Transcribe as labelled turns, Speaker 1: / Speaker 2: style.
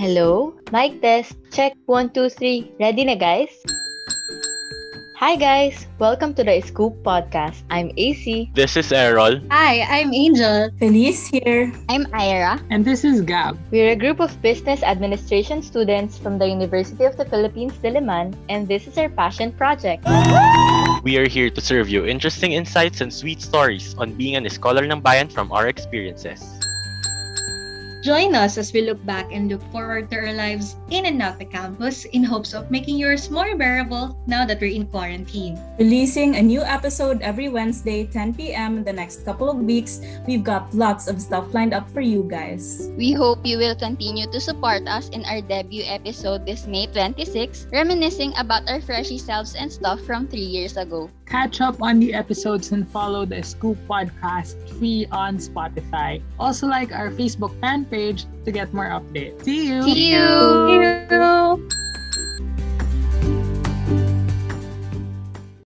Speaker 1: Hello? Mic test. Check. One, two, three. Ready na, guys? Hi, guys. Welcome to the Scoop Podcast. I'm AC.
Speaker 2: This is Errol.
Speaker 3: Hi, I'm Angel.
Speaker 4: Felice here.
Speaker 5: I'm Ira.
Speaker 6: And this is Gab.
Speaker 1: We're a group of business administration students from the University of the Philippines, Diliman, and this is our passion project.
Speaker 2: We are here to serve you interesting insights and sweet stories on being an scholar ng bayan from our experiences.
Speaker 3: Join us as we look back and look forward to our lives in and out the campus in hopes of making yours more bearable now that we're in quarantine.
Speaker 4: Releasing a new episode every Wednesday, 10 p.m. in the next couple of weeks. We've got lots of stuff lined up for you guys.
Speaker 5: We hope you will continue to support us in our debut episode this May 26, reminiscing about our freshy selves and stuff from three years ago.
Speaker 6: Catch up on the episodes and follow the Scoop Podcast free on Spotify. Also, like our Facebook fan page to get more updates. See you!
Speaker 5: See you!
Speaker 3: See you.